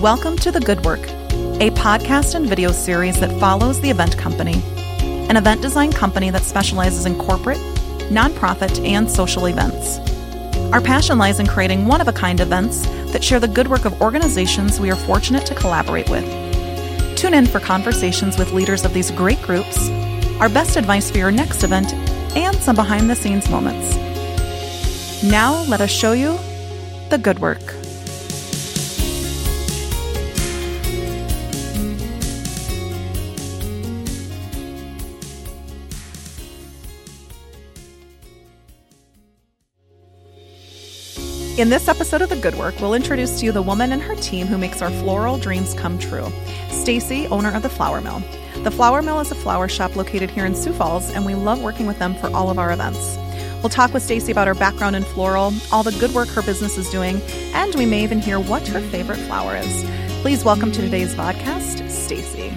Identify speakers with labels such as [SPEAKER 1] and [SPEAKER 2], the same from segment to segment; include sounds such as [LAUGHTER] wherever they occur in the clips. [SPEAKER 1] Welcome to The Good Work, a podcast and video series that follows the Event Company, an event design company that specializes in corporate, nonprofit, and social events. Our passion lies in creating one of a kind events that share the good work of organizations we are fortunate to collaborate with. Tune in for conversations with leaders of these great groups, our best advice for your next event, and some behind the scenes moments. Now, let us show you the good work. In this episode of The Good Work, we'll introduce to you the woman and her team who makes our floral dreams come true. Stacy, owner of the Flower Mill. The Flower Mill is a flower shop located here in Sioux Falls, and we love working with them for all of our events. We'll talk with Stacy about her background in floral, all the good work her business is doing, and we may even hear what her favorite flower is. Please welcome to today's podcast, Stacy.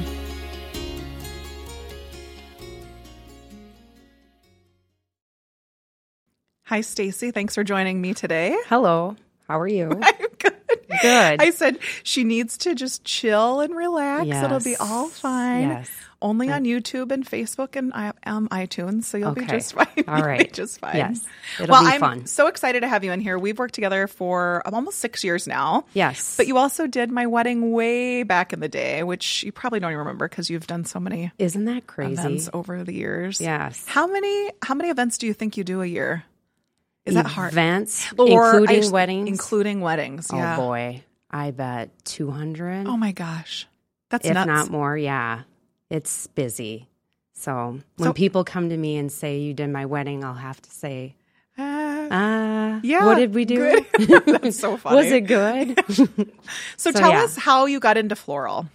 [SPEAKER 1] Hi, Stacy. Thanks for joining me today.
[SPEAKER 2] Hello. How are you?
[SPEAKER 1] [LAUGHS] I'm good.
[SPEAKER 2] Good.
[SPEAKER 1] I said she needs to just chill and relax. It'll be
[SPEAKER 2] Yes.
[SPEAKER 1] all fine.
[SPEAKER 2] Yes.
[SPEAKER 1] Only on YouTube and Facebook and I- um, iTunes, so you'll be
[SPEAKER 2] Okay.
[SPEAKER 1] just [LAUGHS] fine.
[SPEAKER 2] All
[SPEAKER 1] You'll be
[SPEAKER 2] right.
[SPEAKER 1] just fine.
[SPEAKER 2] Yes. It'll
[SPEAKER 1] well,
[SPEAKER 2] be
[SPEAKER 1] I'm
[SPEAKER 2] fun.
[SPEAKER 1] so excited to have you in here. We've worked together for um, almost six years now.
[SPEAKER 2] Yes.
[SPEAKER 1] But you also did my wedding way back in the day, which you probably don't even remember because you've done so many
[SPEAKER 2] Isn't that crazy?
[SPEAKER 1] events over the years.
[SPEAKER 2] Yes.
[SPEAKER 1] How many how many events do you think you do a year? Is that hard?
[SPEAKER 2] Events,
[SPEAKER 1] Or- I
[SPEAKER 2] E including
[SPEAKER 1] just-
[SPEAKER 2] weddings.
[SPEAKER 1] Including weddings.
[SPEAKER 2] oh
[SPEAKER 1] yeah.
[SPEAKER 2] boy, I bet two hundred,
[SPEAKER 1] Oh my gosh. That's
[SPEAKER 2] if
[SPEAKER 1] nuts. [LAUGHS]
[SPEAKER 2] not more. Yeah, it's busy. So when
[SPEAKER 1] So-
[SPEAKER 2] people come to me and say you did my wedding, I'll have to say,
[SPEAKER 1] Uh,
[SPEAKER 2] ah,
[SPEAKER 1] Yeah,
[SPEAKER 2] what did we [LAUGHS] do?
[SPEAKER 1] good. That's so funny.
[SPEAKER 2] Was it
[SPEAKER 1] [LAUGHS]
[SPEAKER 2] good?
[SPEAKER 1] so,
[SPEAKER 2] so
[SPEAKER 1] tell
[SPEAKER 2] yeah.
[SPEAKER 1] us how you got into floral.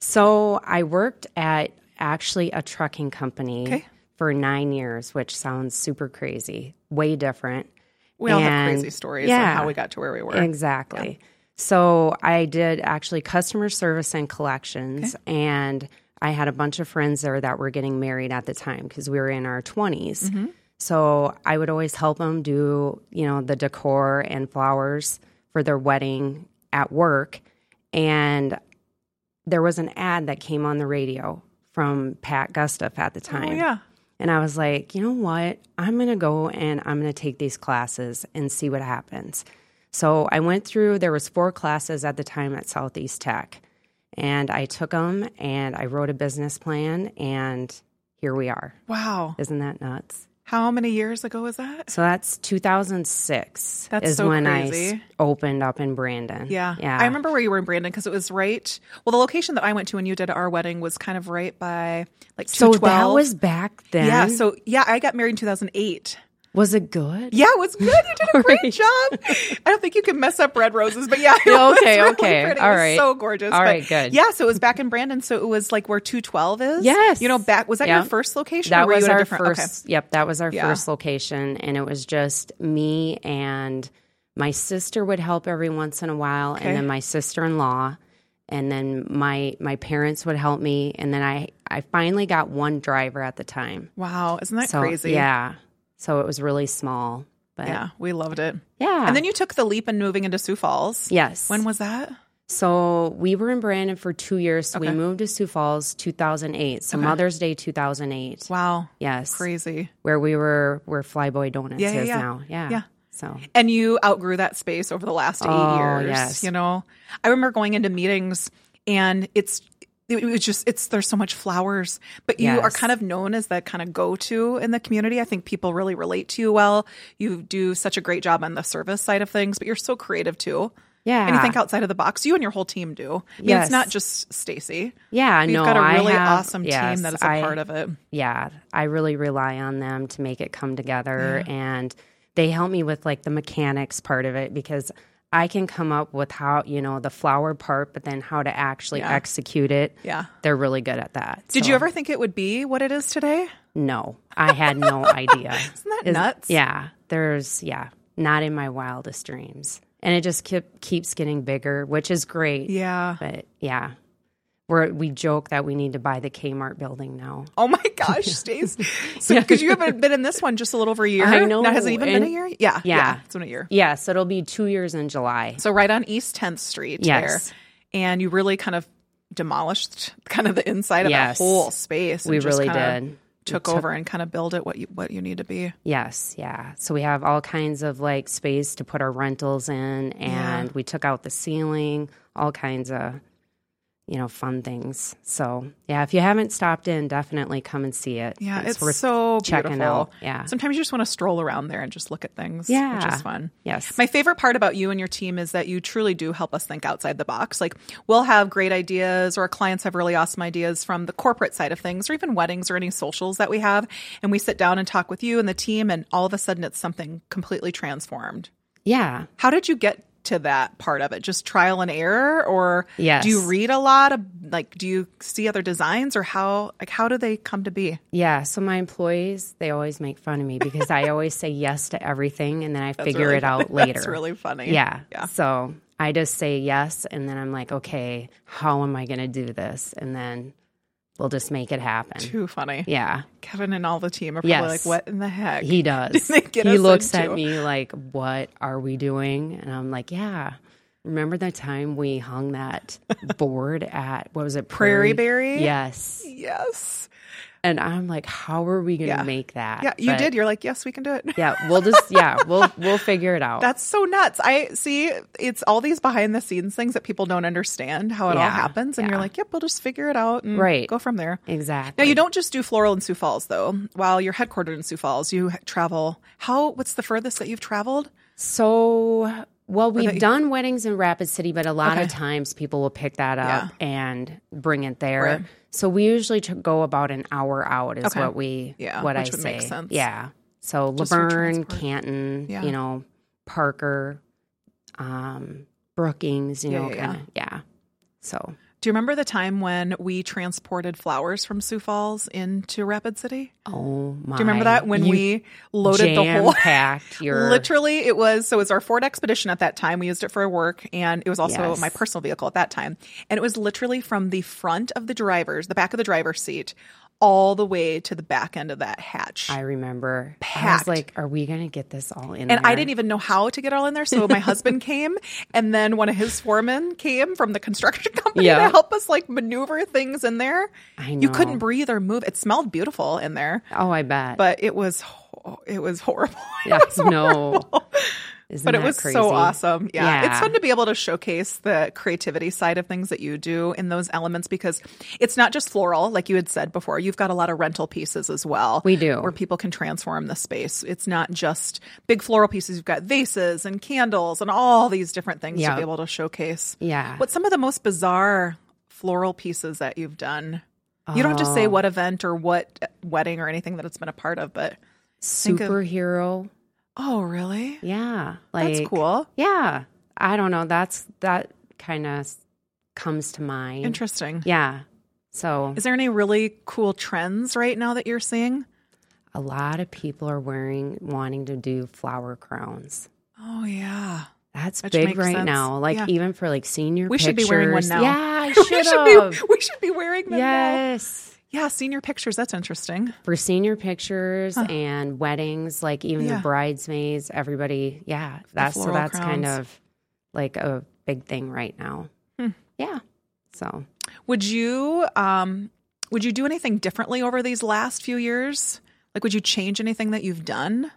[SPEAKER 2] So I worked at actually a trucking company
[SPEAKER 1] Okay.
[SPEAKER 2] for nine years, which sounds super crazy, way different.
[SPEAKER 1] We all have
[SPEAKER 2] And-
[SPEAKER 1] crazy stories
[SPEAKER 2] yeah.
[SPEAKER 1] on how we got to where we were.
[SPEAKER 2] Exactly. So I did actually customer service and collections, and I had a bunch of friends there that were getting married at the time because we were in our 20s. So I would always help them do, you know, the decor and flowers for their wedding at work. And there was an ad that came on the radio from Pat Gustav at the time.
[SPEAKER 1] Oh, yeah.
[SPEAKER 2] And I was like, you know what? I'm going to go and I'm going to take these classes and see what happens. So I went through there was four classes at the time at Southeast Tech. And I took them and I wrote a business plan and here we are.
[SPEAKER 1] Wow.
[SPEAKER 2] Isn't that nuts?
[SPEAKER 1] How many years ago was that?
[SPEAKER 2] So that's 2006
[SPEAKER 1] That's
[SPEAKER 2] is
[SPEAKER 1] so
[SPEAKER 2] when I
[SPEAKER 1] crazy.
[SPEAKER 2] s- opened up in Brandon.
[SPEAKER 1] Yeah.
[SPEAKER 2] Yeah.
[SPEAKER 1] I remember where you were in Brandon because it was right. Well, the location that I went to when you did our wedding was kind of right by like 212.
[SPEAKER 2] So that was back then.
[SPEAKER 1] Yeah. So, yeah, I got married in 2008.
[SPEAKER 2] was it good?
[SPEAKER 1] Yeah, it was good. You did
[SPEAKER 2] [LAUGHS]
[SPEAKER 1] a great job. I don't think you can mess up red roses, but yeah, [LAUGHS] it was
[SPEAKER 2] okay,
[SPEAKER 1] really
[SPEAKER 2] okay.
[SPEAKER 1] pretty. It
[SPEAKER 2] All
[SPEAKER 1] was
[SPEAKER 2] right.
[SPEAKER 1] so gorgeous.
[SPEAKER 2] All
[SPEAKER 1] But
[SPEAKER 2] right, good.
[SPEAKER 1] Yeah, so it was back in Brandon, so it was like where two twelve is.
[SPEAKER 2] Yes.
[SPEAKER 1] you know, back was that your
[SPEAKER 2] Yeah.
[SPEAKER 1] first location? or
[SPEAKER 2] That
[SPEAKER 1] were you
[SPEAKER 2] was
[SPEAKER 1] at a
[SPEAKER 2] our
[SPEAKER 1] different, okay.
[SPEAKER 2] first. Yep, that was our
[SPEAKER 1] Yeah.
[SPEAKER 2] first location, and it was just me and my sister would help every once in a while,
[SPEAKER 1] Okay.
[SPEAKER 2] and then my sister in law, and then my my parents would help me, and then I I finally got one driver at the time.
[SPEAKER 1] Wow, isn't that
[SPEAKER 2] So
[SPEAKER 1] crazy?
[SPEAKER 2] yeah, so it was really small, but yeah,
[SPEAKER 1] yeah, we loved it. And then you took the leap in moving into Sioux Falls.
[SPEAKER 2] yes,
[SPEAKER 1] When was that?
[SPEAKER 2] So we were in Brandon for two years. So we
[SPEAKER 1] Okay.
[SPEAKER 2] moved to Sioux Falls 2008. So Mother's Day 2008.
[SPEAKER 1] Wow,
[SPEAKER 2] Yes.
[SPEAKER 1] crazy.
[SPEAKER 2] Where we were, where Flyboy Donuts
[SPEAKER 1] Yeah, yeah,
[SPEAKER 2] is
[SPEAKER 1] yeah.
[SPEAKER 2] now. Yeah.
[SPEAKER 1] Yeah.
[SPEAKER 2] So
[SPEAKER 1] And you outgrew that space over the last eight
[SPEAKER 2] Oh,
[SPEAKER 1] years.
[SPEAKER 2] yes.
[SPEAKER 1] You know, I remember going into meetings and it's, it was just, it's, there's so much flowers, but you are
[SPEAKER 2] Yes.
[SPEAKER 1] kind of known as the kind of go to in the community. I think people really relate to you well. You do such a great job on the service side of things, but you're so creative too.
[SPEAKER 2] yeah.
[SPEAKER 1] And you think outside of the box. You and your whole team do. I mean, it's
[SPEAKER 2] Yes.
[SPEAKER 1] not just Stacy.
[SPEAKER 2] yeah.
[SPEAKER 1] You've
[SPEAKER 2] no,
[SPEAKER 1] got a
[SPEAKER 2] I
[SPEAKER 1] really
[SPEAKER 2] have-
[SPEAKER 1] awesome
[SPEAKER 2] yes,
[SPEAKER 1] team that is a
[SPEAKER 2] I-
[SPEAKER 1] part of it.
[SPEAKER 2] Yeah. I really rely on them to make it come together. And they help me with like the mechanics part of it because I can come up with how, you know, the flower part, but then how to actually execute it.
[SPEAKER 1] Yeah.
[SPEAKER 2] They're really good at that.
[SPEAKER 1] Did
[SPEAKER 2] So,
[SPEAKER 1] you ever think it would be what it is today?
[SPEAKER 2] No, I had no idea.
[SPEAKER 1] [LAUGHS] Isn't that nuts?
[SPEAKER 2] Yeah, there's yeah, not in my wildest dreams, and it just keep, keeps getting bigger, which is great.
[SPEAKER 1] Yeah.
[SPEAKER 2] But yeah, we we joke that we need to buy the Kmart building now.
[SPEAKER 1] [LAUGHS] Oh my gosh,
[SPEAKER 2] [LAUGHS]
[SPEAKER 1] Stace. So, because you haven't been in this one just a little over a year.
[SPEAKER 2] I know,
[SPEAKER 1] Now, has it even been a
[SPEAKER 2] and-
[SPEAKER 1] year? Yeah.
[SPEAKER 2] Yeah.
[SPEAKER 1] It's been a year.
[SPEAKER 2] Yes, it'll be two years in July.
[SPEAKER 1] So, right on East 10th Street
[SPEAKER 2] Yes.
[SPEAKER 1] there. and you really kind of demolished kind of the inside of
[SPEAKER 2] Yes.
[SPEAKER 1] that whole space. and
[SPEAKER 2] we
[SPEAKER 1] just
[SPEAKER 2] really
[SPEAKER 1] kinda
[SPEAKER 2] did.
[SPEAKER 1] Took over and kind of build it what you what you need to be.
[SPEAKER 2] Yes, yeah. So we have all kinds of like space to put our rentals in, and we took out the ceiling, all kinds of, you know, fun things. So yeah, if you haven't stopped in, definitely come and see it.
[SPEAKER 1] Yeah, it's, so
[SPEAKER 2] checking
[SPEAKER 1] beautiful.
[SPEAKER 2] out. Yeah.
[SPEAKER 1] Sometimes you just want to stroll around there and just look at things. which
[SPEAKER 2] Yeah.
[SPEAKER 1] is fun.
[SPEAKER 2] Yes.
[SPEAKER 1] My favorite part about you and your team is that you truly do help us think outside the box. Like we'll have great ideas or our clients have really awesome ideas from the corporate side of things or even weddings or any socials that we have and we sit down and talk with you and the team and all of a sudden it's something completely transformed.
[SPEAKER 2] yeah.
[SPEAKER 1] How did you get to that part of it? Just trial and error or
[SPEAKER 2] Yes.
[SPEAKER 1] do you read a lot of like do you see other designs or how like how do they come to be?
[SPEAKER 2] Yeah. So my employees, they always make fun of me because I always say yes to everything and then I
[SPEAKER 1] [LAUGHS]
[SPEAKER 2] figure
[SPEAKER 1] really
[SPEAKER 2] it out later.
[SPEAKER 1] That's really funny.
[SPEAKER 2] Yeah.
[SPEAKER 1] Yeah.
[SPEAKER 2] So I just say yes. And then I'm like, okay, how am I going to do this? And then we'll just make it happen.
[SPEAKER 1] Too funny.
[SPEAKER 2] Yeah.
[SPEAKER 1] Kevin and all the team are probably like,
[SPEAKER 2] Yes.
[SPEAKER 1] what in the heck? [LAUGHS]
[SPEAKER 2] He does.
[SPEAKER 1] They get
[SPEAKER 2] he
[SPEAKER 1] us
[SPEAKER 2] looks
[SPEAKER 1] into-
[SPEAKER 2] at me like, what are we doing? And I'm like, yeah. Remember the time we
[SPEAKER 1] [LAUGHS]
[SPEAKER 2] hung that board at, what was it?
[SPEAKER 1] Prairie Berry?
[SPEAKER 2] Yes.
[SPEAKER 1] yes.
[SPEAKER 2] And I'm like, how are we going to
[SPEAKER 1] Yeah.
[SPEAKER 2] make that?
[SPEAKER 1] Yeah, you
[SPEAKER 2] But-
[SPEAKER 1] did. You're like, yes, we can do it.
[SPEAKER 2] Yeah, we'll just yeah, we'll we'll figure it
[SPEAKER 1] [LAUGHS]
[SPEAKER 2] out.
[SPEAKER 1] That's so nuts. I see it's all these behind the scenes things that people don't understand how it all
[SPEAKER 2] Yeah,
[SPEAKER 1] happens. And you're
[SPEAKER 2] yeah.
[SPEAKER 1] like, yep, we'll just figure it out and
[SPEAKER 2] Right.
[SPEAKER 1] go from there. Now,
[SPEAKER 2] exactly.
[SPEAKER 1] you don't just do floral in Sioux Falls, though. While you're headquartered in Sioux Falls, you travel. How, what's the furthest that you've traveled?
[SPEAKER 2] So, well, we've done weddings in Rapid City, but a lot of times people will pick that up and bring it there.
[SPEAKER 1] Right.
[SPEAKER 2] So we usually t- go about an hour out is
[SPEAKER 1] Okay.
[SPEAKER 2] what we
[SPEAKER 1] Yeah,
[SPEAKER 2] what
[SPEAKER 1] which
[SPEAKER 2] I
[SPEAKER 1] would
[SPEAKER 2] say.
[SPEAKER 1] make sense.
[SPEAKER 2] Yeah. So
[SPEAKER 1] Just for
[SPEAKER 2] Laverne,
[SPEAKER 1] transport.
[SPEAKER 2] Canton,
[SPEAKER 1] Yeah.
[SPEAKER 2] you know, Parker, um, Brookings, you
[SPEAKER 1] Yeah,
[SPEAKER 2] know,
[SPEAKER 1] yeah,
[SPEAKER 2] kind of yeah. So
[SPEAKER 1] Do you remember the time when we transported flowers from Sioux Falls into Rapid City?
[SPEAKER 2] oh my,
[SPEAKER 1] Do you remember that when we loaded the whole [LAUGHS]
[SPEAKER 2] packed your
[SPEAKER 1] Literally, it was so it was our Ford Expedition at that time. We used it for work, and it was also
[SPEAKER 2] Yes.
[SPEAKER 1] my personal vehicle at that time. And it was literally from the front of the driver's, the back of the driver's seat, all the way to the back end of that hatch.
[SPEAKER 2] I remember. I
[SPEAKER 1] Packed.
[SPEAKER 2] was like, are we gonna get this all in?
[SPEAKER 1] and I
[SPEAKER 2] there?
[SPEAKER 1] didn't even know how to get all in there. So my
[SPEAKER 2] [LAUGHS]
[SPEAKER 1] husband came, and then one of his foremen came from the construction [LAUGHS] company to
[SPEAKER 2] Yeah.
[SPEAKER 1] help us like maneuver things in there.
[SPEAKER 2] I
[SPEAKER 1] You couldn't
[SPEAKER 2] know.
[SPEAKER 1] breathe or move. It smelled beautiful in there,
[SPEAKER 2] Oh, I bet.
[SPEAKER 1] but it was ho- it was horrible. [LAUGHS]
[SPEAKER 2] Yeah, [LAUGHS] no. Isn't
[SPEAKER 1] but it
[SPEAKER 2] that
[SPEAKER 1] was
[SPEAKER 2] crazy?
[SPEAKER 1] so awesome. Yeah. It's
[SPEAKER 2] Yeah.
[SPEAKER 1] fun to be able to showcase the creativity side of things that you do in those elements because it's not just floral, like you had said before. You've got a lot of rental pieces as well.
[SPEAKER 2] We do.
[SPEAKER 1] Where people can transform the space. It's not just big floral pieces. You've got vases and candles and all these different things to
[SPEAKER 2] Yeah.
[SPEAKER 1] be able to showcase.
[SPEAKER 2] Yeah.
[SPEAKER 1] What's some of the most bizarre floral pieces that you've done? You don't have to say
[SPEAKER 2] Oh.
[SPEAKER 1] what event or what wedding or anything that it's been a part of, but of-
[SPEAKER 2] Superhero.
[SPEAKER 1] oh, really?
[SPEAKER 2] yeah. Like
[SPEAKER 1] That's cool.
[SPEAKER 2] Yeah. I don't know. That's that kind of comes to mind.
[SPEAKER 1] Interesting.
[SPEAKER 2] Yeah. So
[SPEAKER 1] Is there any really cool trends right now that you're seeing?
[SPEAKER 2] a lot of people are wearing wanting to do flower crowns.
[SPEAKER 1] Oh [LAUGHS] yeah.
[SPEAKER 2] That's
[SPEAKER 1] Which
[SPEAKER 2] big
[SPEAKER 1] makes
[SPEAKER 2] right
[SPEAKER 1] sense.
[SPEAKER 2] now. Like
[SPEAKER 1] Yeah.
[SPEAKER 2] even for like senior
[SPEAKER 1] We should be wearing one
[SPEAKER 2] pictures.
[SPEAKER 1] now.
[SPEAKER 2] Yeah,
[SPEAKER 1] [LAUGHS]
[SPEAKER 2] I
[SPEAKER 1] we
[SPEAKER 2] should
[SPEAKER 1] should be
[SPEAKER 2] have.
[SPEAKER 1] we should be wearing them. now.
[SPEAKER 2] Yes.
[SPEAKER 1] Yeah, senior pictures, that's interesting.
[SPEAKER 2] for senior pictures and weddings, like even
[SPEAKER 1] Yeah.
[SPEAKER 2] the bridesmaids, everybody. Yeah, that's so
[SPEAKER 1] floral
[SPEAKER 2] that's kind
[SPEAKER 1] crowns. Hmm.
[SPEAKER 2] of like a big thing right now. Yeah. So
[SPEAKER 1] Would you um would you do anything differently over these last few years? Like would you change anything that you've done?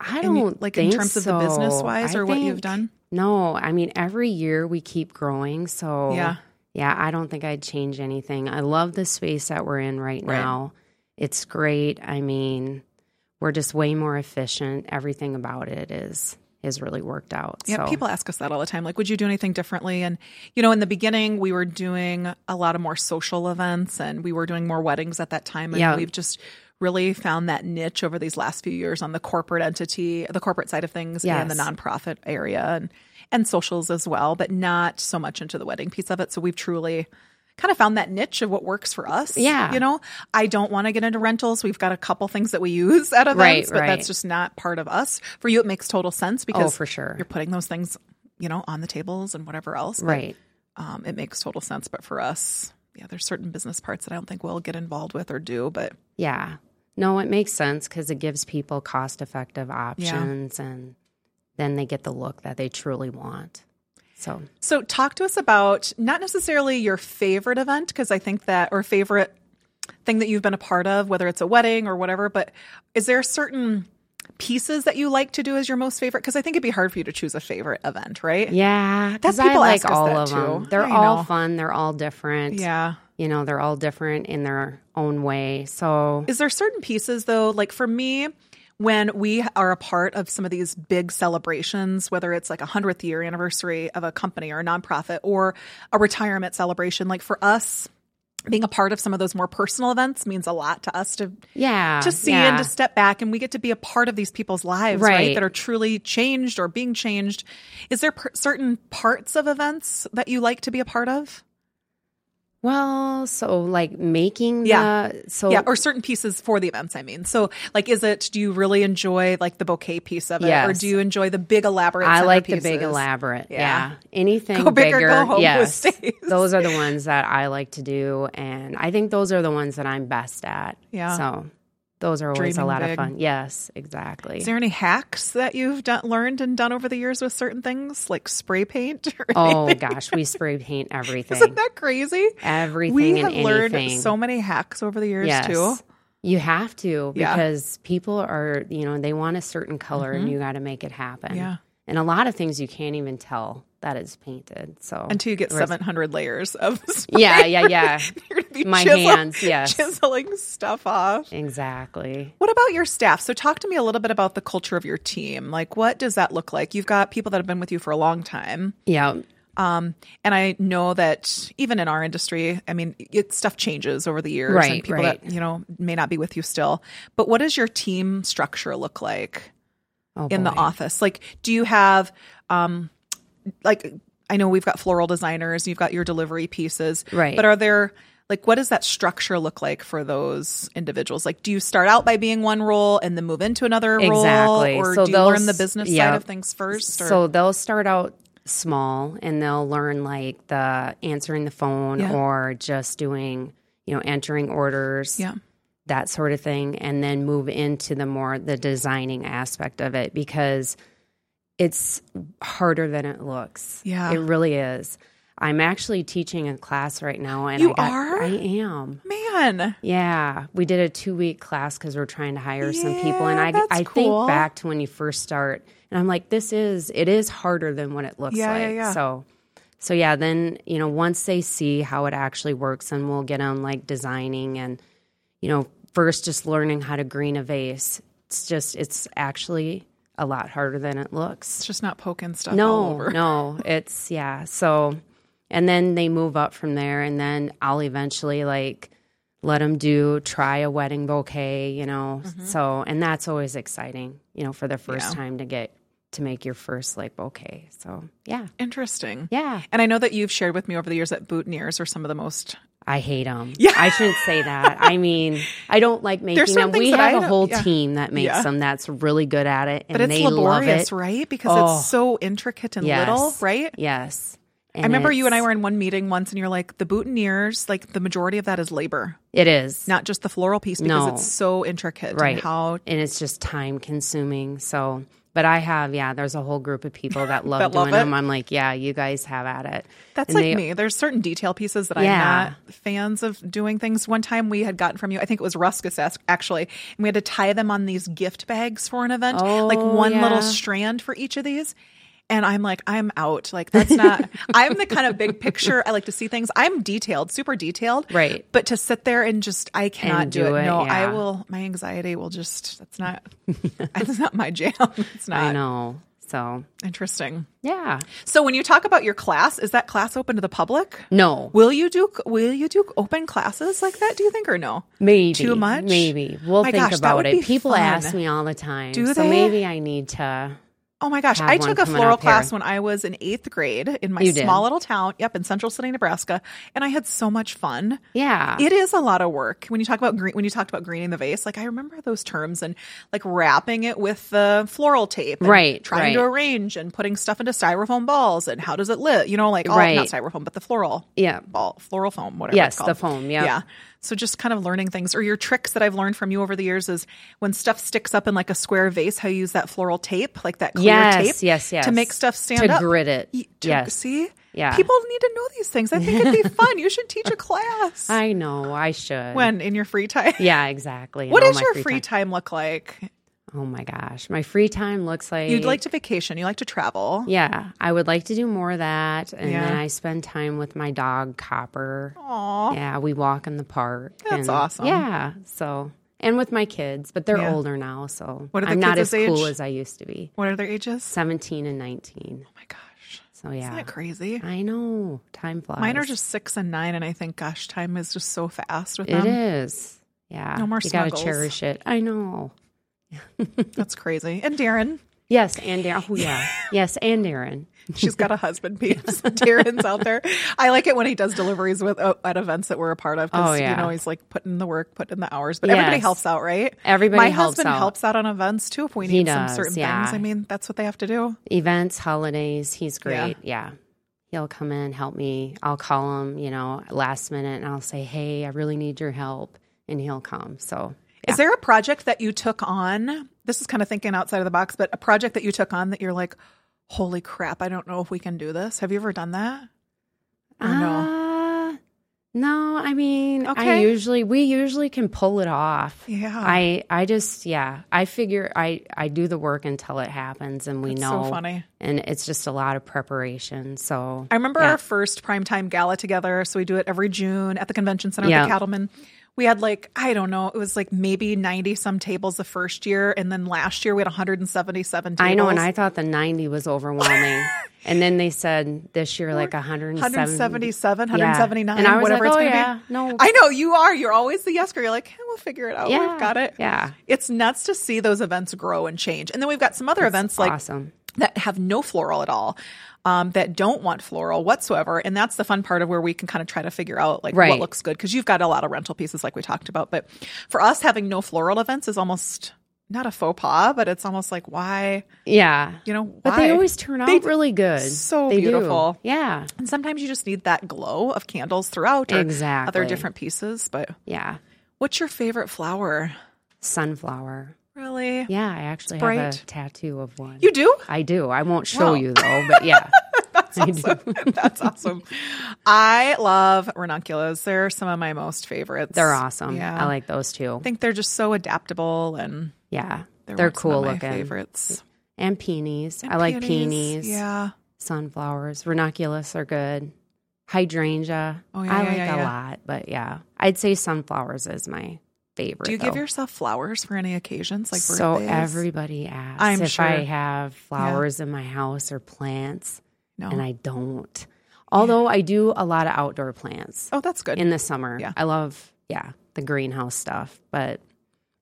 [SPEAKER 2] I
[SPEAKER 1] In-
[SPEAKER 2] don't
[SPEAKER 1] like, in
[SPEAKER 2] think
[SPEAKER 1] terms of the business
[SPEAKER 2] so.
[SPEAKER 1] wise
[SPEAKER 2] I
[SPEAKER 1] or what you've
[SPEAKER 2] think-
[SPEAKER 1] done?
[SPEAKER 2] No, I mean every year we keep growing. So
[SPEAKER 1] Yeah.
[SPEAKER 2] yeah, I don't think I'd change anything. I love the space that we're in right,
[SPEAKER 1] Right.
[SPEAKER 2] now. It's great. I mean, we're just way more efficient. Everything about it is is really worked out.
[SPEAKER 1] Yeah,
[SPEAKER 2] so.
[SPEAKER 1] people ask us that all the time. Like, would you do anything differently? And, you know, in the beginning, we were doing a lot of more social events and we were doing more weddings at that time. And
[SPEAKER 2] Yeah.
[SPEAKER 1] we've just really found that niche over these last few years on the corporate entity, the corporate side of things and the
[SPEAKER 2] Yes.
[SPEAKER 1] nonprofit area and, and socials as well, but not so much into the wedding piece of it. So we've truly kind of found that niche of what works for us.
[SPEAKER 2] Yeah.
[SPEAKER 1] You know, I don't want to get into rentals. We've got a couple things that we use [LAUGHS] at events,
[SPEAKER 2] Right,
[SPEAKER 1] but
[SPEAKER 2] right.
[SPEAKER 1] that's just not part of us. For you, it makes total sense because
[SPEAKER 2] Oh, for sure.
[SPEAKER 1] you're putting those things you know on the tables and whatever else but,
[SPEAKER 2] Right.
[SPEAKER 1] um, it makes total sense but for us yeah there's certain business parts that i don't think we'll get involved with or do but
[SPEAKER 2] Yeah. No, it makes sense because it gives people cost effective options and then they get the look that they truly want. So
[SPEAKER 1] So, talk to us about not necessarily your favorite event, because I think that, or favorite thing that you've been a part of, whether it's a wedding or whatever, but is there certain pieces that you like to do as your most favorite? Because I think it'd be hard for you to choose a favorite event, right?
[SPEAKER 2] yeah, because
[SPEAKER 1] That's- people
[SPEAKER 2] I
[SPEAKER 1] ask
[SPEAKER 2] like
[SPEAKER 1] us
[SPEAKER 2] all
[SPEAKER 1] that
[SPEAKER 2] of them.
[SPEAKER 1] too.
[SPEAKER 2] They're
[SPEAKER 1] I
[SPEAKER 2] all
[SPEAKER 1] know.
[SPEAKER 2] fun. They're all different.
[SPEAKER 1] Yeah.
[SPEAKER 2] you know, they're all different in their own way. So
[SPEAKER 1] Is there certain pieces though, like for me, when we are a part of some of these big celebrations, whether it's like a hundredth year anniversary of a company or a nonprofit or a retirement celebration, like for us, being a part of some of those more personal events means a lot to us to
[SPEAKER 2] yeah,
[SPEAKER 1] to see
[SPEAKER 2] Uh, yeah.
[SPEAKER 1] and to step back and we get to be a part of these people's lives right,
[SPEAKER 2] Right.
[SPEAKER 1] that are truly changed or being changed is there per- certain parts of events that you like to be a part of
[SPEAKER 2] Well, so like making
[SPEAKER 1] Yeah.
[SPEAKER 2] the so
[SPEAKER 1] yeah or certain pieces for the events i mean so like is it do you really enjoy like the bouquet piece of it or
[SPEAKER 2] Yes.
[SPEAKER 1] do you enjoy the big elaborate
[SPEAKER 2] I like the big
[SPEAKER 1] centerpieces?
[SPEAKER 2] elaborate. Yeah.
[SPEAKER 1] Yeah.
[SPEAKER 2] Anything
[SPEAKER 1] Go big
[SPEAKER 2] bigger.
[SPEAKER 1] or go home with
[SPEAKER 2] yes.
[SPEAKER 1] stays.
[SPEAKER 2] Those
[SPEAKER 1] [LAUGHS]
[SPEAKER 2] are the ones that I like to do and I think those are the ones that I'm best at.
[SPEAKER 1] Yeah.
[SPEAKER 2] So those are always
[SPEAKER 1] Dreaming
[SPEAKER 2] a lot
[SPEAKER 1] big.
[SPEAKER 2] of fun. Yes, exactly.
[SPEAKER 1] is there any hacks that you've done, learned and done over the years with certain things like spray paint [LAUGHS] or
[SPEAKER 2] oh gosh, we spray paint
[SPEAKER 1] [LAUGHS]
[SPEAKER 2] everything.
[SPEAKER 1] isn't that crazy
[SPEAKER 2] everything
[SPEAKER 1] we have
[SPEAKER 2] and
[SPEAKER 1] learned
[SPEAKER 2] anything.
[SPEAKER 1] so many hacks over the years too
[SPEAKER 2] You have to
[SPEAKER 1] Yeah. Mm-hmm.
[SPEAKER 2] because people are, you know, they want a certain color and you got to make it happen.
[SPEAKER 1] Yeah.
[SPEAKER 2] And a lot of things you can't even tell that it's painted. So
[SPEAKER 1] until you get
[SPEAKER 2] Res-
[SPEAKER 1] 700 layers of [LAUGHS] spray.
[SPEAKER 2] Yeah, yeah,
[SPEAKER 1] [LAUGHS]
[SPEAKER 2] yeah.
[SPEAKER 1] You're gonna be
[SPEAKER 2] My
[SPEAKER 1] chisel-
[SPEAKER 2] [LAUGHS] hands, yes.
[SPEAKER 1] chiseling stuff off.
[SPEAKER 2] exactly.
[SPEAKER 1] What about your staff? So, talk to me a little bit about the culture of your team. Like, what does that look like? You've got people that have been with you for a long time.
[SPEAKER 2] Yeah.
[SPEAKER 1] Um, and I know that even in our industry, I mean, it, stuff changes over the years, and
[SPEAKER 2] Right,
[SPEAKER 1] people that
[SPEAKER 2] right.
[SPEAKER 1] you know may not be with you still. But what does your team structure look like
[SPEAKER 2] Oh,
[SPEAKER 1] in the
[SPEAKER 2] boy.
[SPEAKER 1] office? Like, do you have, um, like, I know we've got floral designers, you've got your delivery pieces,
[SPEAKER 2] Right.
[SPEAKER 1] But are there like what does that structure look like for those individuals? Like, do you start out by being one role and then move into another role,
[SPEAKER 2] Exactly.
[SPEAKER 1] or
[SPEAKER 2] So
[SPEAKER 1] do you learn the
[SPEAKER 2] those-
[SPEAKER 1] business
[SPEAKER 2] yeah.
[SPEAKER 1] side of things first? Or,
[SPEAKER 2] So they'll start out small and they'll learn like the answering the phone
[SPEAKER 1] Yeah.
[SPEAKER 2] or just doing, you know, entering orders,
[SPEAKER 1] yeah,
[SPEAKER 2] that sort of thing, and then move into the more the designing aspect of it because it's harder than it looks.
[SPEAKER 1] Yeah.
[SPEAKER 2] It really is. I'm actually teaching a class right now and
[SPEAKER 1] You
[SPEAKER 2] I got,
[SPEAKER 1] are?
[SPEAKER 2] I am.
[SPEAKER 1] man,
[SPEAKER 2] Yeah, we did a two week class because we're trying to hire some people, and
[SPEAKER 1] Yeah,
[SPEAKER 2] I
[SPEAKER 1] that's
[SPEAKER 2] I
[SPEAKER 1] cool.
[SPEAKER 2] think back to when you first start, and I'm like, this is it is harder than what it looks
[SPEAKER 1] Yeah,
[SPEAKER 2] like.
[SPEAKER 1] yeah, yeah.
[SPEAKER 2] So, so yeah, then you know once they see how it actually works, and we'll get on like designing and you know first just learning how to green a vase. It's just it's actually a lot harder than it looks.
[SPEAKER 1] it's just not poking stuff all
[SPEAKER 2] No,
[SPEAKER 1] over.
[SPEAKER 2] no, it's yeah. So, and then they move up from there, and then I'll eventually like let them do try a wedding bouquet, you know. So, and that's always exciting, you know, for the first
[SPEAKER 1] Mm-hmm. Yeah.
[SPEAKER 2] time to get to make your first like bouquet. So, yeah,
[SPEAKER 1] Interesting.
[SPEAKER 2] yeah,
[SPEAKER 1] And I know that you've shared with me over the years that boutonnieres are some of the most.
[SPEAKER 2] I hate them. Yeah, I shouldn't say that. I mean, I don't like making
[SPEAKER 1] some
[SPEAKER 2] them. We
[SPEAKER 1] things that I
[SPEAKER 2] have a
[SPEAKER 1] don't-
[SPEAKER 2] whole
[SPEAKER 1] yeah.
[SPEAKER 2] team that makes
[SPEAKER 1] Yeah.
[SPEAKER 2] them that's really good at it, and
[SPEAKER 1] But it's
[SPEAKER 2] they love
[SPEAKER 1] laborious,
[SPEAKER 2] it.
[SPEAKER 1] right? Because
[SPEAKER 2] Oh.
[SPEAKER 1] it's so intricate and
[SPEAKER 2] Yes.
[SPEAKER 1] little, right?
[SPEAKER 2] Yes.
[SPEAKER 1] I remember you and I
[SPEAKER 2] it's-
[SPEAKER 1] were in one meeting once, and you're like, the boutonnieres, like the majority of that is labor,
[SPEAKER 2] It is
[SPEAKER 1] not just the floral piece, because
[SPEAKER 2] No.
[SPEAKER 1] it's so intricate. and
[SPEAKER 2] Right.
[SPEAKER 1] how
[SPEAKER 2] and it's just time consuming. So, but I have, yeah, there's a whole group of people
[SPEAKER 1] [LAUGHS]
[SPEAKER 2] that love
[SPEAKER 1] That love
[SPEAKER 2] doing
[SPEAKER 1] it.
[SPEAKER 2] them. I'm like, yeah, you guys have at it.
[SPEAKER 1] that's
[SPEAKER 2] And
[SPEAKER 1] like
[SPEAKER 2] they-
[SPEAKER 1] me. There's certain detail pieces that
[SPEAKER 2] Yeah.
[SPEAKER 1] I'm not fans of doing things. One time we had gotten from you, I think it was Ruskus ask- actually, and we had to tie them on these gift bags for an event, like
[SPEAKER 2] Oh,
[SPEAKER 1] one
[SPEAKER 2] yeah.
[SPEAKER 1] little strand for each of these. And I'm like, I'm out. Like that's
[SPEAKER 2] [LAUGHS]
[SPEAKER 1] not. I'm the kind of big picture. I like to see things. I'm detailed, super detailed.
[SPEAKER 2] Right.
[SPEAKER 1] But to sit there and just, I cannot do,
[SPEAKER 2] do
[SPEAKER 1] it.
[SPEAKER 2] it,
[SPEAKER 1] No, I
[SPEAKER 2] yeah.
[SPEAKER 1] will. My anxiety will just. That's
[SPEAKER 2] [LAUGHS]
[SPEAKER 1] not. that's not my jam. It's not
[SPEAKER 2] I know. So,
[SPEAKER 1] interesting.
[SPEAKER 2] yeah.
[SPEAKER 1] So when you talk about your class, is that class open to the public?
[SPEAKER 2] No,
[SPEAKER 1] Will you do will you do open classes like that? Do you think or no?
[SPEAKER 2] maybe
[SPEAKER 1] too much?
[SPEAKER 2] Maybe we'll
[SPEAKER 1] My
[SPEAKER 2] think
[SPEAKER 1] gosh, that
[SPEAKER 2] about
[SPEAKER 1] would
[SPEAKER 2] it.
[SPEAKER 1] be
[SPEAKER 2] People
[SPEAKER 1] fun.
[SPEAKER 2] ask me all the time.
[SPEAKER 1] Do
[SPEAKER 2] so
[SPEAKER 1] they?
[SPEAKER 2] maybe I need to.
[SPEAKER 1] Oh my gosh,
[SPEAKER 2] Have
[SPEAKER 1] I
[SPEAKER 2] one
[SPEAKER 1] took a
[SPEAKER 2] coming
[SPEAKER 1] floral
[SPEAKER 2] up here.
[SPEAKER 1] class when I was in 8th grade in my
[SPEAKER 2] You did?
[SPEAKER 1] small little town, yep, in Central City, Nebraska, and I had so much fun.
[SPEAKER 2] Yeah.
[SPEAKER 1] It is a lot of work. When you talk about green, when you talked about greening the vase, like I remember those terms and like wrapping it with the floral tape, and
[SPEAKER 2] Right,
[SPEAKER 1] Trying to
[SPEAKER 2] right.
[SPEAKER 1] arrange and putting stuff into styrofoam balls and how does it lit? You know, like all,
[SPEAKER 2] Right.
[SPEAKER 1] not styrofoam, but the floral
[SPEAKER 2] yeah.
[SPEAKER 1] ball, floral foam, whatever.
[SPEAKER 2] Yes,
[SPEAKER 1] it's called.
[SPEAKER 2] the foam, yeah.
[SPEAKER 1] yeah. So just kind of learning things or your tricks that I've learned from you over the years is when stuff sticks up in like a square vase, how you use that floral tape, like that clear tape
[SPEAKER 2] Yes, yes, yes.
[SPEAKER 1] to make stuff stand
[SPEAKER 2] to
[SPEAKER 1] up.
[SPEAKER 2] grit it.
[SPEAKER 1] Y- to-
[SPEAKER 2] yes.
[SPEAKER 1] See?
[SPEAKER 2] Yeah.
[SPEAKER 1] People need to know these things. I think
[SPEAKER 2] [LAUGHS]
[SPEAKER 1] it'd be fun. You should teach a class.
[SPEAKER 2] I know. I should.
[SPEAKER 1] when in your free time.
[SPEAKER 2] Yeah, exactly.
[SPEAKER 1] [LAUGHS] What
[SPEAKER 2] And all
[SPEAKER 1] does
[SPEAKER 2] my
[SPEAKER 1] your free, time. look like?
[SPEAKER 2] Oh my gosh, my free time looks like
[SPEAKER 1] You'd like to vacation. You like to travel.
[SPEAKER 2] Yeah, I would like to do more of that, and
[SPEAKER 1] Yeah.
[SPEAKER 2] then I spend time with my dog Copper.
[SPEAKER 1] Aw.
[SPEAKER 2] Yeah, we walk in the park.
[SPEAKER 1] That's
[SPEAKER 2] and-
[SPEAKER 1] awesome.
[SPEAKER 2] Yeah, so and with my kids, but they're
[SPEAKER 1] Yeah.
[SPEAKER 2] older now, so
[SPEAKER 1] What are the
[SPEAKER 2] I'm not
[SPEAKER 1] kids'
[SPEAKER 2] as cool
[SPEAKER 1] age?
[SPEAKER 2] as I used to be.
[SPEAKER 1] What are their ages?
[SPEAKER 2] Seventeen and nineteen.
[SPEAKER 1] Oh my gosh.
[SPEAKER 2] So yeah,
[SPEAKER 1] Isn't that crazy?
[SPEAKER 2] I know time flies.
[SPEAKER 1] Mine are just six and nine, and I think, gosh, time is just so fast with
[SPEAKER 2] It is.
[SPEAKER 1] them.
[SPEAKER 2] Yeah,
[SPEAKER 1] No more
[SPEAKER 2] You gotta
[SPEAKER 1] snuggles.
[SPEAKER 2] cherish it. I know.
[SPEAKER 1] That's crazy. And Darren,
[SPEAKER 2] Yes, and Darren.
[SPEAKER 1] [LAUGHS]
[SPEAKER 2] Oh yeah, yes, and Darren.
[SPEAKER 1] she's got a
[SPEAKER 2] [LAUGHS]
[SPEAKER 1] husband, peeps. [LAUGHS] Darren's out there. I like it when he does deliveries with uh, at events that we're a part of. 'cause,
[SPEAKER 2] Oh, yeah.
[SPEAKER 1] you know he's like putting in the work, putting in the hours. But
[SPEAKER 2] Yes.
[SPEAKER 1] everybody helps out, right?
[SPEAKER 2] Everybody
[SPEAKER 1] My
[SPEAKER 2] helps
[SPEAKER 1] husband
[SPEAKER 2] out.
[SPEAKER 1] helps out on events too if we
[SPEAKER 2] He
[SPEAKER 1] need some
[SPEAKER 2] does,
[SPEAKER 1] certain
[SPEAKER 2] yeah.
[SPEAKER 1] things. I mean, that's what they have to do.
[SPEAKER 2] events, holidays. He's
[SPEAKER 1] Yeah.
[SPEAKER 2] great. Yeah. He'll come in, help me. I'll call him, you know, last minute and I'll say, hey, I really need your help. And he'll come. So,
[SPEAKER 1] Is there a project that you took on? This is kind of thinking outside of the box, but a project that you took on that you're like, holy crap, I don't know if we can do this. Have you ever done that? Or no?
[SPEAKER 2] uh, no, I mean, I
[SPEAKER 1] Ah. Okay.
[SPEAKER 2] usually, we usually can pull it off.
[SPEAKER 1] Yeah.
[SPEAKER 2] I, I just, yeah, I figure I, I do the work until it happens and we
[SPEAKER 1] That's
[SPEAKER 2] know.
[SPEAKER 1] so funny.
[SPEAKER 2] And it's just a lot of preparation. So,
[SPEAKER 1] I remember
[SPEAKER 2] Yeah.
[SPEAKER 1] our first primetime gala together. So we do it every June at the convention center
[SPEAKER 2] Yeah.
[SPEAKER 1] with the cattlemen. We had like, I don't know, it was like maybe 90 some tables the first year. And then last year we had 177 tables.
[SPEAKER 2] I know, and I thought the 90
[SPEAKER 1] [LAUGHS]
[SPEAKER 2] was overwhelming. and then they said this year, like 170.
[SPEAKER 1] 177,
[SPEAKER 2] Yeah.
[SPEAKER 1] 179,
[SPEAKER 2] And I was
[SPEAKER 1] whatever
[SPEAKER 2] like,
[SPEAKER 1] it's
[SPEAKER 2] oh,
[SPEAKER 1] going to
[SPEAKER 2] yeah,
[SPEAKER 1] be.
[SPEAKER 2] no.
[SPEAKER 1] I know you are. You're always the yes girl. You're like, hey, we'll figure it out.
[SPEAKER 2] Yeah,
[SPEAKER 1] We've got it.
[SPEAKER 2] yeah.
[SPEAKER 1] It's nuts to see those events grow and change. And then we've got some other events like
[SPEAKER 2] awesome.
[SPEAKER 1] that have no floral at all, um, that don't want floral whatsoever. And that's the fun part of where we can kind of try to figure out like what
[SPEAKER 2] Right.
[SPEAKER 1] looks good because you've got a lot of rental pieces like we talked about. But for us, having no floral events is almost not a faux pas, but it's almost like why
[SPEAKER 2] Yeah.
[SPEAKER 1] you know why?
[SPEAKER 2] but they always turn out
[SPEAKER 1] They-
[SPEAKER 2] really good.
[SPEAKER 1] so
[SPEAKER 2] They do.
[SPEAKER 1] beautiful.
[SPEAKER 2] Yeah.
[SPEAKER 1] And sometimes you just need that glow of candles throughout or
[SPEAKER 2] Exactly.
[SPEAKER 1] other different pieces. But
[SPEAKER 2] Yeah.
[SPEAKER 1] what's your favorite flower?
[SPEAKER 2] Sunflower.
[SPEAKER 1] Really?
[SPEAKER 2] Yeah, I actually have
[SPEAKER 1] bright.
[SPEAKER 2] a tattoo of one.
[SPEAKER 1] You do?
[SPEAKER 2] I do. I won't show you though, but yeah. I do.
[SPEAKER 1] That's awesome. [LAUGHS] I love ranunculus. They're some of my most favorites. [LAUGHS]
[SPEAKER 2] They're awesome.
[SPEAKER 1] Yeah.
[SPEAKER 2] I like those too.
[SPEAKER 1] I think they're just so adaptable and
[SPEAKER 2] Yeah. They're,
[SPEAKER 1] like some
[SPEAKER 2] cool
[SPEAKER 1] of my
[SPEAKER 2] looking.
[SPEAKER 1] Favorites.
[SPEAKER 2] And peonies. I like peonies.
[SPEAKER 1] Yeah.
[SPEAKER 2] sunflowers, ranunculus are good. Hydrangea,
[SPEAKER 1] Oh, yeah,
[SPEAKER 2] I
[SPEAKER 1] yeah,
[SPEAKER 2] like
[SPEAKER 1] yeah,
[SPEAKER 2] a
[SPEAKER 1] yeah.
[SPEAKER 2] lot, but yeah, I'd say sunflowers is my favorite.
[SPEAKER 1] Do you give
[SPEAKER 2] though.
[SPEAKER 1] yourself flowers for any occasions like
[SPEAKER 2] so
[SPEAKER 1] birthdays?
[SPEAKER 2] everybody asks
[SPEAKER 1] I'm
[SPEAKER 2] if
[SPEAKER 1] sure.
[SPEAKER 2] I have flowers in my house or plants,
[SPEAKER 1] no.
[SPEAKER 2] and I don't. Although I do a lot of outdoor plants
[SPEAKER 1] oh, that's [LAUGHS] good.
[SPEAKER 2] in the summer.
[SPEAKER 1] Yeah.
[SPEAKER 2] I love yeah the greenhouse stuff, but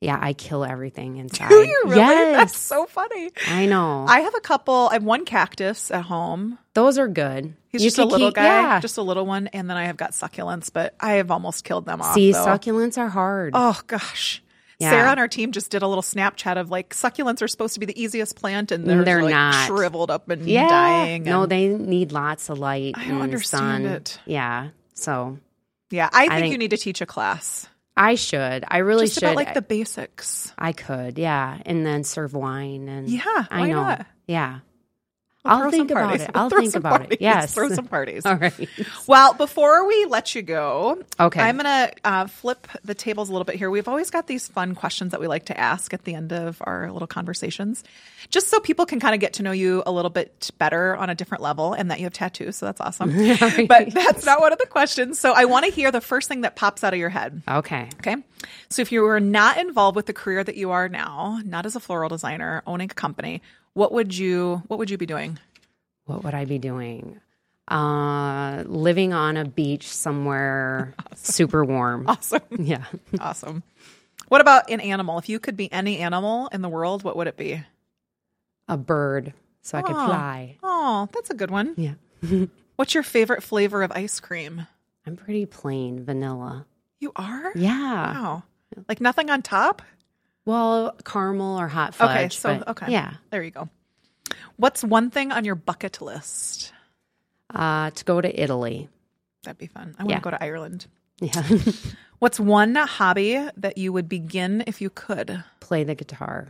[SPEAKER 2] yeah, I
[SPEAKER 1] [LAUGHS]
[SPEAKER 2] kill everything inside.
[SPEAKER 1] Do you really?
[SPEAKER 2] Yes,
[SPEAKER 1] That's so funny.
[SPEAKER 2] I know.
[SPEAKER 1] [LAUGHS] I have a couple. I have one cactus at home.
[SPEAKER 2] Those are good.
[SPEAKER 1] He's
[SPEAKER 2] You
[SPEAKER 1] just a
[SPEAKER 2] could
[SPEAKER 1] little
[SPEAKER 2] keep-
[SPEAKER 1] guy,
[SPEAKER 2] Yeah.
[SPEAKER 1] just a little one, and then I have got succulents, but I have almost killed them off.
[SPEAKER 2] See,
[SPEAKER 1] though.
[SPEAKER 2] succulents are hard.
[SPEAKER 1] Oh gosh.
[SPEAKER 2] Yeah.
[SPEAKER 1] Sarah on our team just did a little Snapchat of like succulents are supposed to be the easiest plant and they're,
[SPEAKER 2] They're
[SPEAKER 1] like,
[SPEAKER 2] not.
[SPEAKER 1] shriveled up and dying.
[SPEAKER 2] No,
[SPEAKER 1] and-
[SPEAKER 2] they need lots of light
[SPEAKER 1] I don't
[SPEAKER 2] and
[SPEAKER 1] understand
[SPEAKER 2] sun.
[SPEAKER 1] it.
[SPEAKER 2] Yeah. So
[SPEAKER 1] yeah, I think,
[SPEAKER 2] think-
[SPEAKER 1] you need to teach a class
[SPEAKER 2] I should. I really
[SPEAKER 1] just
[SPEAKER 2] should.
[SPEAKER 1] about like the basics.
[SPEAKER 2] I could, yeah. And then serve wine and
[SPEAKER 1] Yeah,
[SPEAKER 2] I
[SPEAKER 1] why
[SPEAKER 2] know.
[SPEAKER 1] not?
[SPEAKER 2] Yeah.
[SPEAKER 1] We'll
[SPEAKER 2] I'll
[SPEAKER 1] throw
[SPEAKER 2] think
[SPEAKER 1] some
[SPEAKER 2] about
[SPEAKER 1] parties.
[SPEAKER 2] it.
[SPEAKER 1] We'll [LAUGHS]
[SPEAKER 2] I'll
[SPEAKER 1] throw
[SPEAKER 2] think
[SPEAKER 1] some
[SPEAKER 2] about
[SPEAKER 1] parties.
[SPEAKER 2] it. Yes.
[SPEAKER 1] throw some parties.
[SPEAKER 2] [LAUGHS] All right.
[SPEAKER 1] Well, before we let you go,
[SPEAKER 2] Okay.
[SPEAKER 1] I'm going to uh, flip the tables a little bit here. We've always got these fun questions that we like to ask at the end of our little conversations, just so people can kind of get to know you a little bit better on a different level and that you have tattoos. So that's awesome. But that's not one of the questions. So I want to hear the first thing that pops out of your head.
[SPEAKER 2] Okay.
[SPEAKER 1] Okay. So if you were not involved with the career that you are now, not as a floral designer, owning a company, what would you what would you be doing? [LAUGHS]
[SPEAKER 2] What would I be doing? Uh living on a beach
[SPEAKER 1] [LAUGHS]
[SPEAKER 2] somewhere super warm.
[SPEAKER 1] Awesome.
[SPEAKER 2] Yeah.
[SPEAKER 1] Awesome. What about an animal? If you could be any animal in the world, what would it be?
[SPEAKER 2] A bird. So I could fly.
[SPEAKER 1] Oh, that's a good one.
[SPEAKER 2] Yeah.
[SPEAKER 1] What's your favorite flavor of ice cream?
[SPEAKER 2] I'm pretty plain vanilla.
[SPEAKER 1] You are?
[SPEAKER 2] Yeah.
[SPEAKER 1] Wow. Like nothing on top?
[SPEAKER 2] Well, caramel or hot fudge.
[SPEAKER 1] okay, so
[SPEAKER 2] but
[SPEAKER 1] okay.
[SPEAKER 2] Yeah.
[SPEAKER 1] There you go. What's one thing on your bucket list?
[SPEAKER 2] Uh, to go to Italy.
[SPEAKER 1] That'd be fun. I want to
[SPEAKER 2] Yeah.
[SPEAKER 1] go to Ireland.
[SPEAKER 2] [LAUGHS] Yeah.
[SPEAKER 1] What's one hobby that you would begin if you could?
[SPEAKER 2] play the guitar.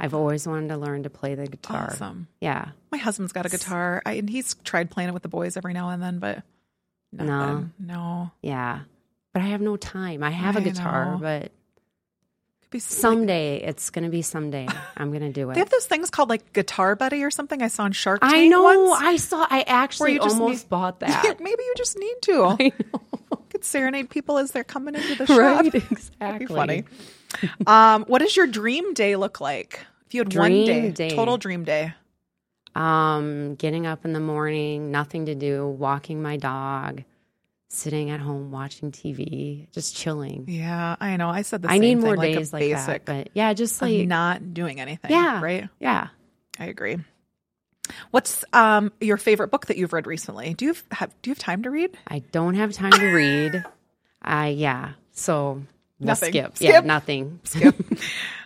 [SPEAKER 2] I've always wanted to learn to play the guitar.
[SPEAKER 1] Awesome.
[SPEAKER 2] Yeah.
[SPEAKER 1] My husband's got a guitar, I, and he's tried playing it with the boys every now and then, but nothing. no, no.
[SPEAKER 2] Yeah. But I have no time. I have a
[SPEAKER 1] I
[SPEAKER 2] guitar,
[SPEAKER 1] know.
[SPEAKER 2] but
[SPEAKER 1] Could be some.
[SPEAKER 2] someday it's going to be someday
[SPEAKER 1] [LAUGHS]
[SPEAKER 2] I'm going to do
[SPEAKER 1] They have
[SPEAKER 2] it.
[SPEAKER 1] those things called like Guitar Buddy or something. I saw on Shark Tank.
[SPEAKER 2] I know.
[SPEAKER 1] Once.
[SPEAKER 2] I saw. I actually
[SPEAKER 1] you just
[SPEAKER 2] almost
[SPEAKER 1] need- [LAUGHS]
[SPEAKER 2] bought that.
[SPEAKER 1] Maybe you just need to.
[SPEAKER 2] [LAUGHS] I
[SPEAKER 1] could serenade people as they're coming into
[SPEAKER 2] [LAUGHS]
[SPEAKER 1] the
[SPEAKER 2] know.
[SPEAKER 1] shop. [LAUGHS] That'd
[SPEAKER 2] Right.
[SPEAKER 1] be
[SPEAKER 2] Exactly.
[SPEAKER 1] funny. um, what does your dream day look like? If you had one
[SPEAKER 2] Dream
[SPEAKER 1] day,
[SPEAKER 2] day.
[SPEAKER 1] total dream day.
[SPEAKER 2] Um, getting up in the morning, nothing to do, walking my dog, sitting at home watching TV, just chilling.
[SPEAKER 1] Yeah, I know. I said the
[SPEAKER 2] I
[SPEAKER 1] same
[SPEAKER 2] need
[SPEAKER 1] thing,
[SPEAKER 2] more
[SPEAKER 1] like
[SPEAKER 2] days
[SPEAKER 1] a
[SPEAKER 2] like
[SPEAKER 1] basic, Uh-huh.
[SPEAKER 2] that. But yeah, just
[SPEAKER 1] of
[SPEAKER 2] like
[SPEAKER 1] not doing anything.
[SPEAKER 2] yeah,
[SPEAKER 1] right.
[SPEAKER 2] Yeah.
[SPEAKER 1] I agree. What's um, your favorite book that you've read recently? Do you have, have do you have time to
[SPEAKER 2] [LAUGHS]
[SPEAKER 1] read?
[SPEAKER 2] I don't have time to read. I yeah. So we'll
[SPEAKER 1] Nothing.
[SPEAKER 2] skip. Yeah,
[SPEAKER 1] Skip.
[SPEAKER 2] nothing.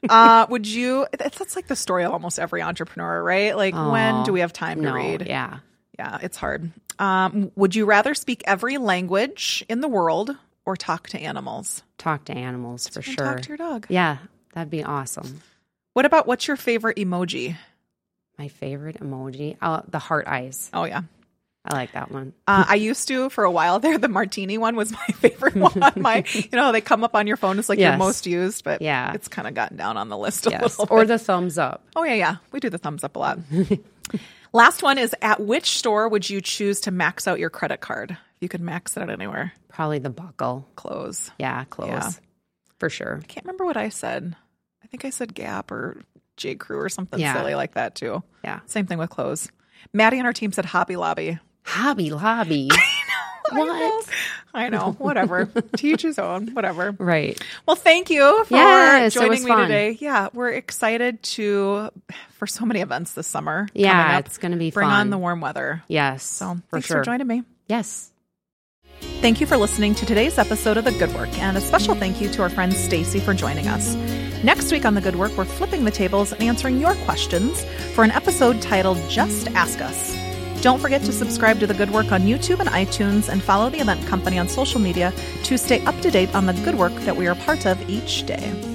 [SPEAKER 1] uh, would you? That's, that's like the story of almost every entrepreneur, right? Like, when
[SPEAKER 2] Aw,
[SPEAKER 1] do we have time
[SPEAKER 2] No.
[SPEAKER 1] to read?
[SPEAKER 2] Yeah.
[SPEAKER 1] Yeah, it's hard. Um, would you rather speak every language in the world or talk to animals?
[SPEAKER 2] Talk to animals for
[SPEAKER 1] And
[SPEAKER 2] sure.
[SPEAKER 1] Talk to your dog.
[SPEAKER 2] yeah, that'd be awesome.
[SPEAKER 1] What about what's your favorite emoji?
[SPEAKER 2] My favorite emoji, uh, the heart eyes.
[SPEAKER 1] Oh yeah,
[SPEAKER 2] I like
[SPEAKER 1] [LAUGHS]
[SPEAKER 2] that one.
[SPEAKER 1] uh, I used to for a while there. The martini one was [LAUGHS] my favorite one. My, you know, they come up on your phone. It's like your
[SPEAKER 2] Yes.
[SPEAKER 1] most used, but
[SPEAKER 2] Yeah.
[SPEAKER 1] it's kind of gotten down on the list a
[SPEAKER 2] Yes.
[SPEAKER 1] little.
[SPEAKER 2] Or the thumbs up.
[SPEAKER 1] Oh yeah, yeah, we do the thumbs up a
[SPEAKER 2] [LAUGHS]
[SPEAKER 1] lot. Last one is: At which store would you choose to max out your credit card? If you could max it out anywhere,
[SPEAKER 2] Probably the buckle.
[SPEAKER 1] close.
[SPEAKER 2] Yeah, close.
[SPEAKER 1] Yeah.
[SPEAKER 2] For sure.
[SPEAKER 1] can't remember what I said. I think I said Gap or J. Crew or something
[SPEAKER 2] Yeah.
[SPEAKER 1] silly like that too. [LAUGHS]
[SPEAKER 2] Yeah.
[SPEAKER 1] Same thing with clothes. Maddie and our team said Hobby Lobby.
[SPEAKER 2] Hobby Lobby. what?
[SPEAKER 1] I
[SPEAKER 2] [LAUGHS]
[SPEAKER 1] know, whatever. Teach his own, whatever.
[SPEAKER 2] Right.
[SPEAKER 1] Well, thank you for
[SPEAKER 2] Yes, it
[SPEAKER 1] joining
[SPEAKER 2] was
[SPEAKER 1] me
[SPEAKER 2] fun.
[SPEAKER 1] today. Yeah, we're excited to for so many events this summer. coming
[SPEAKER 2] Yeah,
[SPEAKER 1] up.
[SPEAKER 2] it's going to be
[SPEAKER 1] bring
[SPEAKER 2] fun.
[SPEAKER 1] on the warm weather.
[SPEAKER 2] Yes.
[SPEAKER 1] So
[SPEAKER 2] for
[SPEAKER 1] thanks
[SPEAKER 2] sure.
[SPEAKER 1] for joining me.
[SPEAKER 2] Yes.
[SPEAKER 1] Thank you for listening to today's episode of The Good Work, and a special thank you to our friend Stacy for joining us. Next week on The Good Work, we're flipping the tables and answering your questions for an episode titled Just Ask Us. Don't forget to subscribe to The Good Work on YouTube and iTunes and follow the event company on social media to stay up to date on the good work that we are part of each day.